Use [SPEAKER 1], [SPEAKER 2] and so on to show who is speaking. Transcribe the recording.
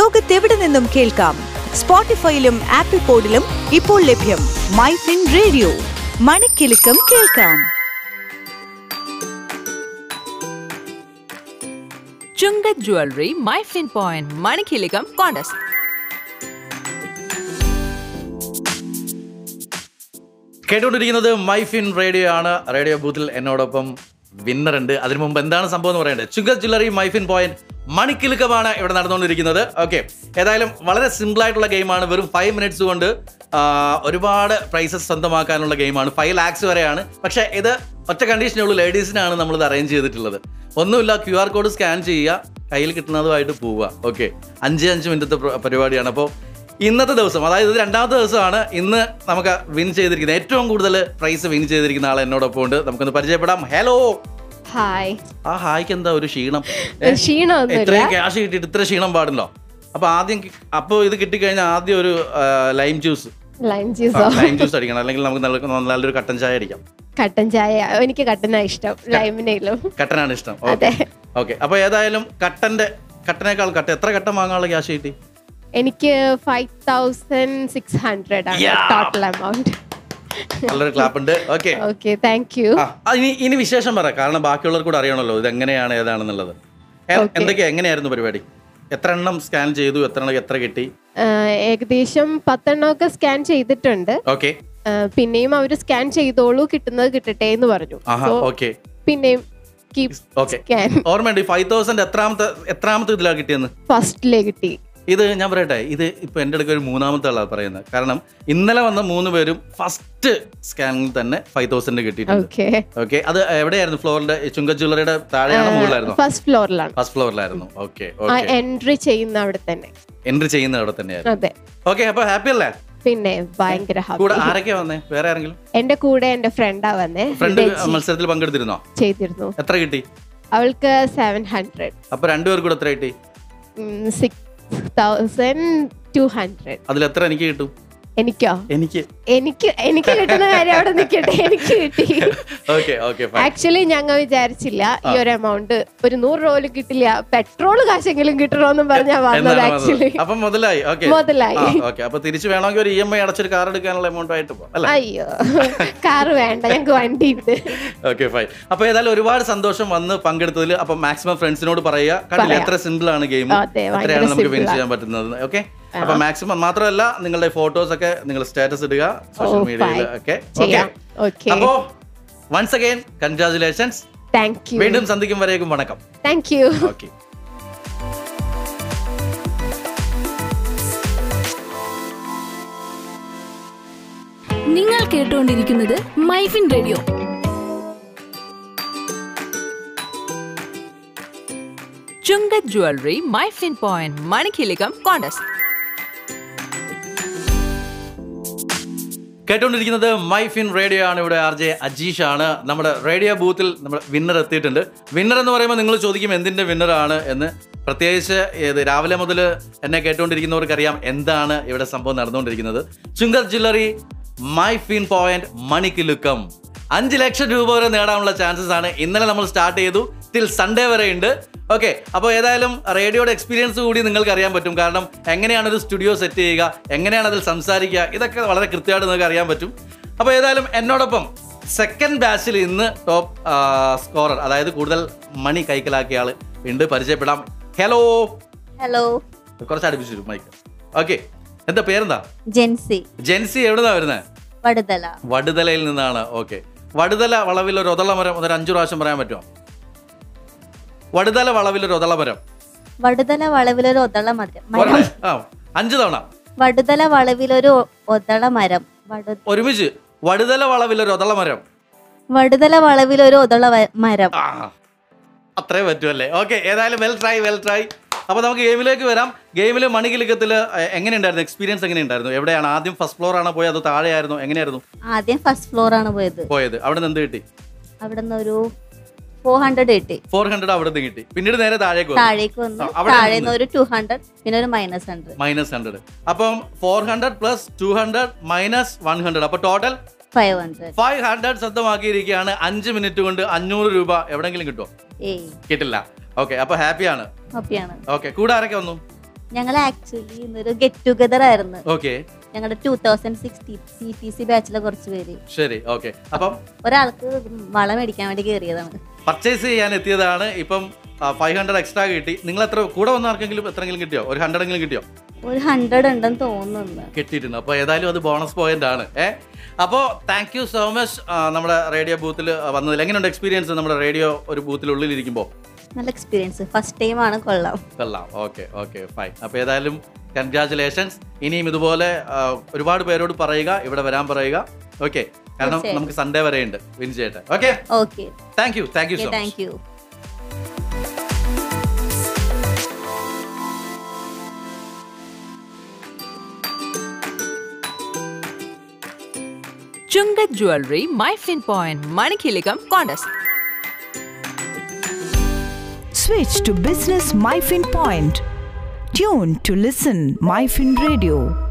[SPEAKER 1] ലോകത്തെവിടെ നിന്നും കേൾക്കാം സ്പോട്ടിഫൈയിലും ആപ്പിൾ പോഡിലും ഇപ്പോൾ ലഭ്യം മൈ ഫിൻ റേഡിയോ മണിക്കെലക്കം കേൾക്കാം
[SPEAKER 2] Chungath jewellery my fin point മണിക്കിലികം കോണ്ടസ്റ്റ്
[SPEAKER 3] കേട്ടുകൊണ്ടിരിക്കുന്നത് മൈഫിൻ റേഡിയോ ആണ് റേഡിയോ ബൂത്തിൽ എന്നോടൊപ്പം വിന്നർ ഉണ്ട് അതിനു മുമ്പ് എന്താണ് സംഭവം എന്ന് പറയണ്ടേ ചുങ്കത് ജ്വല്ലറി മൈഫിൻ പോയിന്റ് മണിക്കിലുക്കമാണ് ഇവിടെ നടന്നുകൊണ്ടിരിക്കുന്നത് ഓക്കെ ഏതായാലും വളരെ സിമ്പിൾ ആയിട്ടുള്ള ഗെയിമാണ് വെറും ഫൈവ് മിനിറ്റ്സ് കൊണ്ട് ആ, ഒരുപാട് പ്രൈസസ് സ്വന്തമാക്കാനുള്ള ഗെയിമാണ് ഫൈവ് ലാക്സ് വരെയാണ് പക്ഷേ ഇത് ഒറ്റ കണ്ടീഷനേ ഉള്ളൂ ലേഡീസിനാണ് നമ്മളിത് അറേഞ്ച് ചെയ്തിട്ടുള്ളത് ഒന്നുമില്ല ക്യു ആർ കോഡ് സ്കാൻ ചെയ്യുക കയ്യിൽ കിട്ടുന്നതുമായിട്ട് പോവുക ഓക്കെ അഞ്ച് അഞ്ച് മിനിറ്റത്തെ പ്ര- പരിപാടിയാണ് അപ്പോൾ ഇന്നത്തെ ദിവസം അതായത് ഇത് രണ്ടാമത്തെ ദിവസമാണ് ഇന്ന് നമുക്ക് വിൻ ചെയ്തിരിക്കുന്ന ഏറ്റവും കൂടുതൽ പ്രൈസ് വിൻ ചെയ്തിരിക്കുന്ന ആൾ എന്നോടൊപ്പം ഉണ്ട് നമുക്കൊന്ന് പരിചയപ്പെടാം ഹലോ
[SPEAKER 4] ഹായ്
[SPEAKER 3] ആ ഹായ്ക്ക് എന്താ ഒരു ക്ഷീണം ഏ?
[SPEAKER 4] ക്ഷീണമൊന്നുമില്ല
[SPEAKER 3] ഇത്രയും ക്യാഷ് കിട്ടിയിട്ട് ഇത്ര ക്ഷീണം പാടില്ലോ അപ്പൊ ആദ്യം കി- അപ്പൊ ഇത് കിട്ടിക്കഴിഞ്ഞാൽ ആദ്യം ഒരു ആ, ലൈം ജ്യൂസ്
[SPEAKER 4] ലൈം ജ്യൂസോ
[SPEAKER 3] ലൈം ജ്യൂസ് അടിക്കണം അല്ലെങ്കിൽ നമുക്ക് നല്ല നല്ലൊരു കട്ടൻ ചായ അടിക്കാം
[SPEAKER 4] കട്ടൻ ചായ എനിക്ക് കട്ടനാ ഇഷ്ടം ലൈമിനേലും
[SPEAKER 3] കട്ടനാണ് ഇഷ്ടം
[SPEAKER 4] അതെ.
[SPEAKER 3] ഓക്കെ ഓക്കെ അപ്പൊ ഏതായാലും കട്ടന്റെ കട്ടനേക്കാൾ കട്ട എത്ര കട്ടൻ വാങ്ങാനുള്ള ക്യാഷ് കിട്ടി
[SPEAKER 4] എനിക്ക് ഫൈവ് തൗസൻഡ് സിക്സ് ഹൺഡ്രഡ് ആണ്
[SPEAKER 3] Yeah.
[SPEAKER 4] ടോട്ടൽ എമൗണ്ട്
[SPEAKER 3] നല്ലൊരു ക്ലാപ്പ് ഉണ്ട് ഓക്കെ
[SPEAKER 4] ഓക്കെ താങ്ക് യു
[SPEAKER 3] ആ, ആ, ഇനി ഇനി വിശേഷം പറ കാരണം ബാക്കിയുള്ളവർ കൂടെ അറിയണമല്ലോ ഇത് എങ്ങനെയാണ് ഏതാണെന്നുള്ളത് എ-
[SPEAKER 4] Okay.
[SPEAKER 3] എന്തൊക്കെയാ എങ്ങനെയായിരുന്നു പരിപാടി എത്ര എണ്ണം സ്കാൻ ചെയ്തു എത്ര എണ്ണം എത്ര കിട്ടി
[SPEAKER 4] ഏകദേശം പത്തെണ്ണമൊക്കെ സ്കാൻ ചെയ്തിട്ടുണ്ട്
[SPEAKER 3] ഓക്കെ
[SPEAKER 4] ആ, പിന്നെയും അവർ സ്കാൻ ചെയ്തോളൂ കിട്ടുന്നത് കിട്ടട്ടെ എന്ന് പറഞ്ഞു
[SPEAKER 3] ആഹാ
[SPEAKER 4] So,
[SPEAKER 3] ഓക്കെ
[SPEAKER 4] പിന്നെയും കീപ്
[SPEAKER 3] ഓക്കെ
[SPEAKER 4] സ്കാൻ
[SPEAKER 3] ഓർമ്മയുണ്ട് ഈ ഫൈവ് തൗസൻഡ് എത്രാമത്തെ എത്രാമത്തെ ഇതിലാ കിട്ടിയെന്ന്
[SPEAKER 4] ഫസ്റ്റിലേ കിട്ടി
[SPEAKER 3] ഇത് ഞാൻ പറയട്ടെ ഇത് ഇപ്പൊ എൻ്റെ അടുക്ക ഒരു മൂന്നാമത്തെ ആളാണ് പറയുന്നത് കാരണം ഇന്നലെ വന്ന മൂന്ന് പേരും ഫസ്റ്റ് സ്കാനിൽ തന്നെ ഫൈവ് തൗസൻഡ് കിട്ടിയിട്ടുണ്ട്
[SPEAKER 4] ഓക്കെ
[SPEAKER 3] ഓക്കെ അത് എവിടെയായിരുന്നു ഫ്ലോറിന്റെ ചുങ്ക ജ്വല്ലറിയുടെ താഴെയാണോ മുകളിലായിരുന്നോ
[SPEAKER 4] ഫസ്റ്റ് ഫ്ലോറിലാണ്
[SPEAKER 3] ഫസ്റ്റ് ഫ്ലോറിലായിരുന്നു ഓക്കെ
[SPEAKER 4] ആ
[SPEAKER 3] ഓക്കെ
[SPEAKER 4] എൻട്രി ചെയ്യുന്ന അവിടെ തന്നെ
[SPEAKER 3] എൻട്രി ചെയ്യുന്ന അവിടെ തന്നെയായിരുന്നു
[SPEAKER 4] അതെ
[SPEAKER 3] ഓക്കെ അപ്പൊ ഹാപ്പി അല്ലേ
[SPEAKER 4] പിന്നെ ഭയങ്കര
[SPEAKER 3] കൂടെ
[SPEAKER 4] ഹാപ്പി
[SPEAKER 3] ആരൊക്കെയാ വന്നേ വേറെ ആരെങ്കിലും
[SPEAKER 4] എന്റെ കൂടെ എന്റെ ഫ്രണ്ടാ വന്നേ
[SPEAKER 3] ഫ്രണ്ട്
[SPEAKER 4] രജി
[SPEAKER 3] മത്സരത്തിൽ പങ്കെടുത്തിരുന്നോ
[SPEAKER 4] ചെയ്തിരുന്നു
[SPEAKER 3] എത്ര കിട്ടി
[SPEAKER 4] അവൾക്ക് സെവൻ ഹൺഡ്രഡ്
[SPEAKER 3] അപ്പൊ രണ്ടുപേർ കൂടെ എത്ര കിട്ടി
[SPEAKER 4] സിക്സ് തൗസൻഡ് ടു ഹൺഡ്രഡ്
[SPEAKER 3] അതിൽ എത്ര എനിക്ക് കിട്ടും
[SPEAKER 4] എനിക്കോ
[SPEAKER 3] എനിക്ക്
[SPEAKER 4] എനിക്ക് എനിക്ക് കിട്ടുന്ന കാര്യം അവിടെ നിൽക്കട്ടെ എനിക്ക് കിട്ടി
[SPEAKER 3] ഓക്കെ ഓക്കെ ഫൈൻ
[SPEAKER 4] ആക്ച്വലി ഞങ്ങൾ വിചാരിച്ചില്ല ഈ ഒരു എമൗണ്ട് ഒരു നൂറ് രൂപ പോലും കിട്ടില്ല പെട്രോൾ കാശെങ്കിലും കിട്ടണോന്നും പറഞ്ഞാ വന്നത് ആക്ച്വലി
[SPEAKER 3] അപ്പൊ മുതലായി ഓക്കെ
[SPEAKER 4] മുതലായി.
[SPEAKER 3] ഓക്കെ അപ്പൊ തിരിച്ചു വേണമെങ്കിൽ ഒരു ഇ എം ഐ അടച്ചൊരു കാർ എടുക്കാനുള്ള എമൗണ്ട് ആയിട്ട് പോകും അല്ല
[SPEAKER 4] അയ്യോ കാറ് വേണ്ട ഞങ്ങൾക്ക് വണ്ടി ഉണ്ട്
[SPEAKER 3] ഓക്കെ ഫൈൻ അപ്പൊ ഏതായാലും ഒരുപാട് സന്തോഷം വന്ന് പങ്കെടുത്തതിൽ അപ്പൊ മാക്സിമം ഫ്രണ്ട്സിനോട് പറയുക കണ്ടില്ല
[SPEAKER 4] പറയാം.
[SPEAKER 3] എത്ര സിമ്പിൾ ആണ് ഗെയിം
[SPEAKER 4] അതെ, ഭയങ്കര
[SPEAKER 3] അത്രയാണ് നമുക്ക് വിൻ
[SPEAKER 4] simple ആ.
[SPEAKER 3] ചെയ്യാൻ പറ്റുന്നത് ഓക്കെ അപ്പൊ മാക്സിമം മാത്രമല്ല നിങ്ങളുടെ ഫോട്ടോസ് ഒക്കെ നിങ്ങൾ സ്റ്റാറ്റസ് ഇടുക സോഷ്യൽ
[SPEAKER 4] ഓ,
[SPEAKER 3] മീഡിയയിൽ
[SPEAKER 4] Oh, fine.
[SPEAKER 3] ഒക്കെ
[SPEAKER 4] ചെയ്യാം ഓക്കെ
[SPEAKER 3] അപ്പോ once again congratulations
[SPEAKER 4] thank you
[SPEAKER 3] വീണ്ടും സന്ധിക്കും വരേക്കും വണക്കം
[SPEAKER 4] താങ്ക് യു
[SPEAKER 3] ഓക്കെ
[SPEAKER 5] നിങ്ങൾ കേട്ടുകൊണ്ടിരിക്കുന്നത് MyFin radio
[SPEAKER 2] Chungath jewellery my fin point മണിക്കിലികം കോണ്ടസ്റ്റ്
[SPEAKER 3] കേട്ടുകൊണ്ടിരിക്കുന്നത് മൈഫിൻ റേഡിയോ ആണ് ഇവിടെ ആർ ജെ അജീഷ് ആണ് നമ്മുടെ റേഡിയോ ബൂത്തിൽ നമ്മുടെ വിന്നർ എത്തിയിട്ടുണ്ട് വിന്നർ എന്ന് പറയുമ്പോൾ നിങ്ങൾ ചോദിക്കും എന്തിന്റെ winner ആണ് എന്ന് പ്രത്യേകിച്ച് ഏത് രാവിലെ മുതൽ എന്നെ കേട്ടുകൊണ്ടിരിക്കുന്നവർക്കറിയാം എന്താണ് ഇവിടെ സംഭവം നടന്നുകൊണ്ടിരിക്കുന്നത് ചുങ്കത് ജില്ലറി മൈഫിൻ പോയിന്റ് മണിക്കിലുക്കം അഞ്ച് ലക്ഷം രൂപ വരെ നേടാനുള്ള ചാൻസസ് ആണ് ഇന്നലെ നമ്മൾ സ്റ്റാർട്ട് ചെയ്തു ടിൽ സൺഡേ വരെ ഉണ്ട് ഓക്കെ അപ്പോൾ ഏതായാലും റേഡിയോയുടെ എക്സ്പീരിയൻസ് കൂടി നിങ്ങൾക്ക് അറിയാൻ പറ്റും കാരണം എങ്ങനെയാണ് ഒരു സ്റ്റുഡിയോ സെറ്റ് ചെയ്യുക എങ്ങനെയാണ് അതിൽ സംസാരിക്കുക ഇതൊക്കെ വളരെ കൃത്യമായിട്ട് നിങ്ങൾക്ക് അറിയാൻ പറ്റും അപ്പോൾ ഏതായാലും എന്നോടൊപ്പം സെക്കൻഡ് ബാച്ചിൽ ഇന്ന് ടോപ്പ് സ്കോറർ അതായത് കൂടുതൽ മണി കൈക്കലാക്കിയ ആൾ ഉണ്ട് പരിചയപ്പെടാം ഹലോ
[SPEAKER 6] ഹലോ
[SPEAKER 3] കുറച്ച് അടുപ്പിച്ചു മൈക്ക് ഓക്കെ എന്താ പേരെന്താ
[SPEAKER 6] ജെൻസി
[SPEAKER 3] ജെൻസി എവിടുന്നാ വരുന്നത്
[SPEAKER 6] വടുതല
[SPEAKER 3] വടുതലയിൽ നിന്നാണ് ഓക്കെ വടുതല വളവിൽ ഒരു ഒതള മരം ഒരു അഞ്ചു പ്രാവശ്യം പറയാൻ പറ്റുമോ വടുതല വളവിൽ ഒരു ഒതള മരം
[SPEAKER 6] വടുതല വളവിലൊരു ഒതള മരം മരം
[SPEAKER 3] ഒരെണ്ണം. ആ അഞ്ചു തവണ
[SPEAKER 6] വടുതല വളവിലൊരു ഒ- ഒതള മരം വടു-
[SPEAKER 3] ഒരുമിച്ച് വടുതല വളവിൽ ഒരു ഒതള മരം
[SPEAKER 6] വടുതല വളവിലൊരു ഒതള വ- മരം
[SPEAKER 3] ആ അത്രേ പറ്റുമല്ലേ ഓക്കെ ഏതായാലും വെൽ ട്രൈ വെൽ ട്രൈ അപ്പോൾ നമുക്ക് ഗെയിമിലേക്ക് വരാം ഗെയിമിൽ മണികിലുക്കത്തിൽ എങ്ങനെയുണ്ടായിരുന്നു എക്സ്പീരിയൻസ് എങ്ങനെയുണ്ടായിരുന്നു എവിടെയാണ് ആദ്യം ഫസ്റ്റ് ഫ്ലോർ ആണോ പോയത് അതോ താഴെയായിരുന്നു എങ്ങനെയായിരുന്നു
[SPEAKER 6] ആദ്യം ഫസ്റ്റ് ഫ്ലോറാണ് പോയത്
[SPEAKER 3] പോയത് അവിടെ നിന്ന് എന്ത് കിട്ടി
[SPEAKER 6] അവിടെ നിന്ന് ഒരു ഫോർ ഹൺഡ്രഡ് കിട്ടി
[SPEAKER 3] ഫോർ ഹൺഡ്രഡ് അവിടെ നിന്ന് കിട്ടി പിന്നീട് നേരെ താഴേക്ക് വന്നു.
[SPEAKER 6] താഴേക്ക് വന്നു
[SPEAKER 3] ആ, അവിടെ
[SPEAKER 6] താഴെ
[SPEAKER 3] നിന്ന്.
[SPEAKER 6] നിന്ന് ഒരു ടു ഹൺഡ്രഡ് പിന്നെ ഒരു മൈനസ് ഹൺഡ്രഡ്
[SPEAKER 3] മൈനസ് ഹൺഡ്രഡ് അപ്പം four hundred plus two hundred minus one hundred അപ്പൊ total
[SPEAKER 6] five hundred
[SPEAKER 3] five hundred സ്വന്തമാക്കിയിരിക്കുകയാണ് അഞ്ച് മിനിറ്റ് കൊണ്ട് അഞ്ഞൂറ് രൂപ എവിടെങ്കിലും കിട്ടുമോ
[SPEAKER 6] ഏയ്
[SPEAKER 3] കിട്ടില്ല ഓക്കെ അപ്പൊ ഹാപ്പിയാണ്
[SPEAKER 6] ഹാപ്പിയാണ്
[SPEAKER 3] ഓക്കെ കൂടെ ആരൊക്കെ വന്നു
[SPEAKER 6] ഞങ്ങൾ ആക്ച്വലി ഇന്നൊരു ഗെറ്റ് ടുഗദർ ആയിരുന്നു
[SPEAKER 3] ഓക്കെ
[SPEAKER 6] ഞങ്ങളുടെ two thousand sixteen C T C ബാച്ചിലെ കുറച്ച് പേര്
[SPEAKER 3] ശരി ഓക്കെ അപ്പം
[SPEAKER 6] ഒരാൾക്ക് വള മേടിക്കാൻ വേണ്ടി കയറിയതാണ്
[SPEAKER 3] പർച്ചേസ് ചെയ്യാൻ എത്തിയതാണ് ഇപ്പം ഫൈവ് ഹൺഡ്രഡ് എക്സ്ട്രാ കിട്ടി നിങ്ങൾ എത്ര കൂടെ വന്ന ആർക്കെങ്കിലും എത്രയെങ്കിലും കിട്ടിയോ ഒരു ഹൺഡ്രഡെങ്കിലും കിട്ടിയോ
[SPEAKER 6] ഒരു ഹൺഡ്രഡ് ഉണ്ടെന്ന് തോന്നുന്നു
[SPEAKER 3] കിട്ടിയിട്ടുണ്ട് അപ്പോൾ ഏതായാലും അത് ബോണസ് പോയിന്റ് ആണ് ഏ അപ്പോൾ താങ്ക് യു സോ മച്ച് നമ്മുടെ റേഡിയോ ബൂത്തിൽ വന്നതിൽ എങ്ങനെയുണ്ട് എക്സ്പീരിയൻസ് നമ്മുടെ റേഡിയോ ഒരു ബൂത്തിനുള്ളിൽ ഇരിക്കുമ്പോൾ
[SPEAKER 6] നല്ല എക്സ്പീരിയൻസ് ഫസ്റ്റ് ടൈം ആണ് കൊള്ളാം
[SPEAKER 3] കൊള്ളാം ഓക്കെ ഓക്കെ ഫൈൻ അപ്പോൾ ഏതായാലും കൺഗ്രാചുലേഷൻസ് ഇനിയും ഇതുപോലെ ആ, ഒരുപാട് പേരോട് പറയുക ഇവിടെ വരാൻ പറയുക ഓക്കെ കാരണം
[SPEAKER 6] തീർച്ചയായും.
[SPEAKER 3] നമുക്ക് സൺഡേ വരെ ഉണ്ട് വിൻ ചെയ്യട്ടെ okay
[SPEAKER 6] okay
[SPEAKER 3] thank you thank you so much
[SPEAKER 6] thank you
[SPEAKER 2] Chungat Jewelry, MyFin Point, Manikilakam contest.
[SPEAKER 1] Switch to Business MyFin Point. Tune to listen MyFin Radio.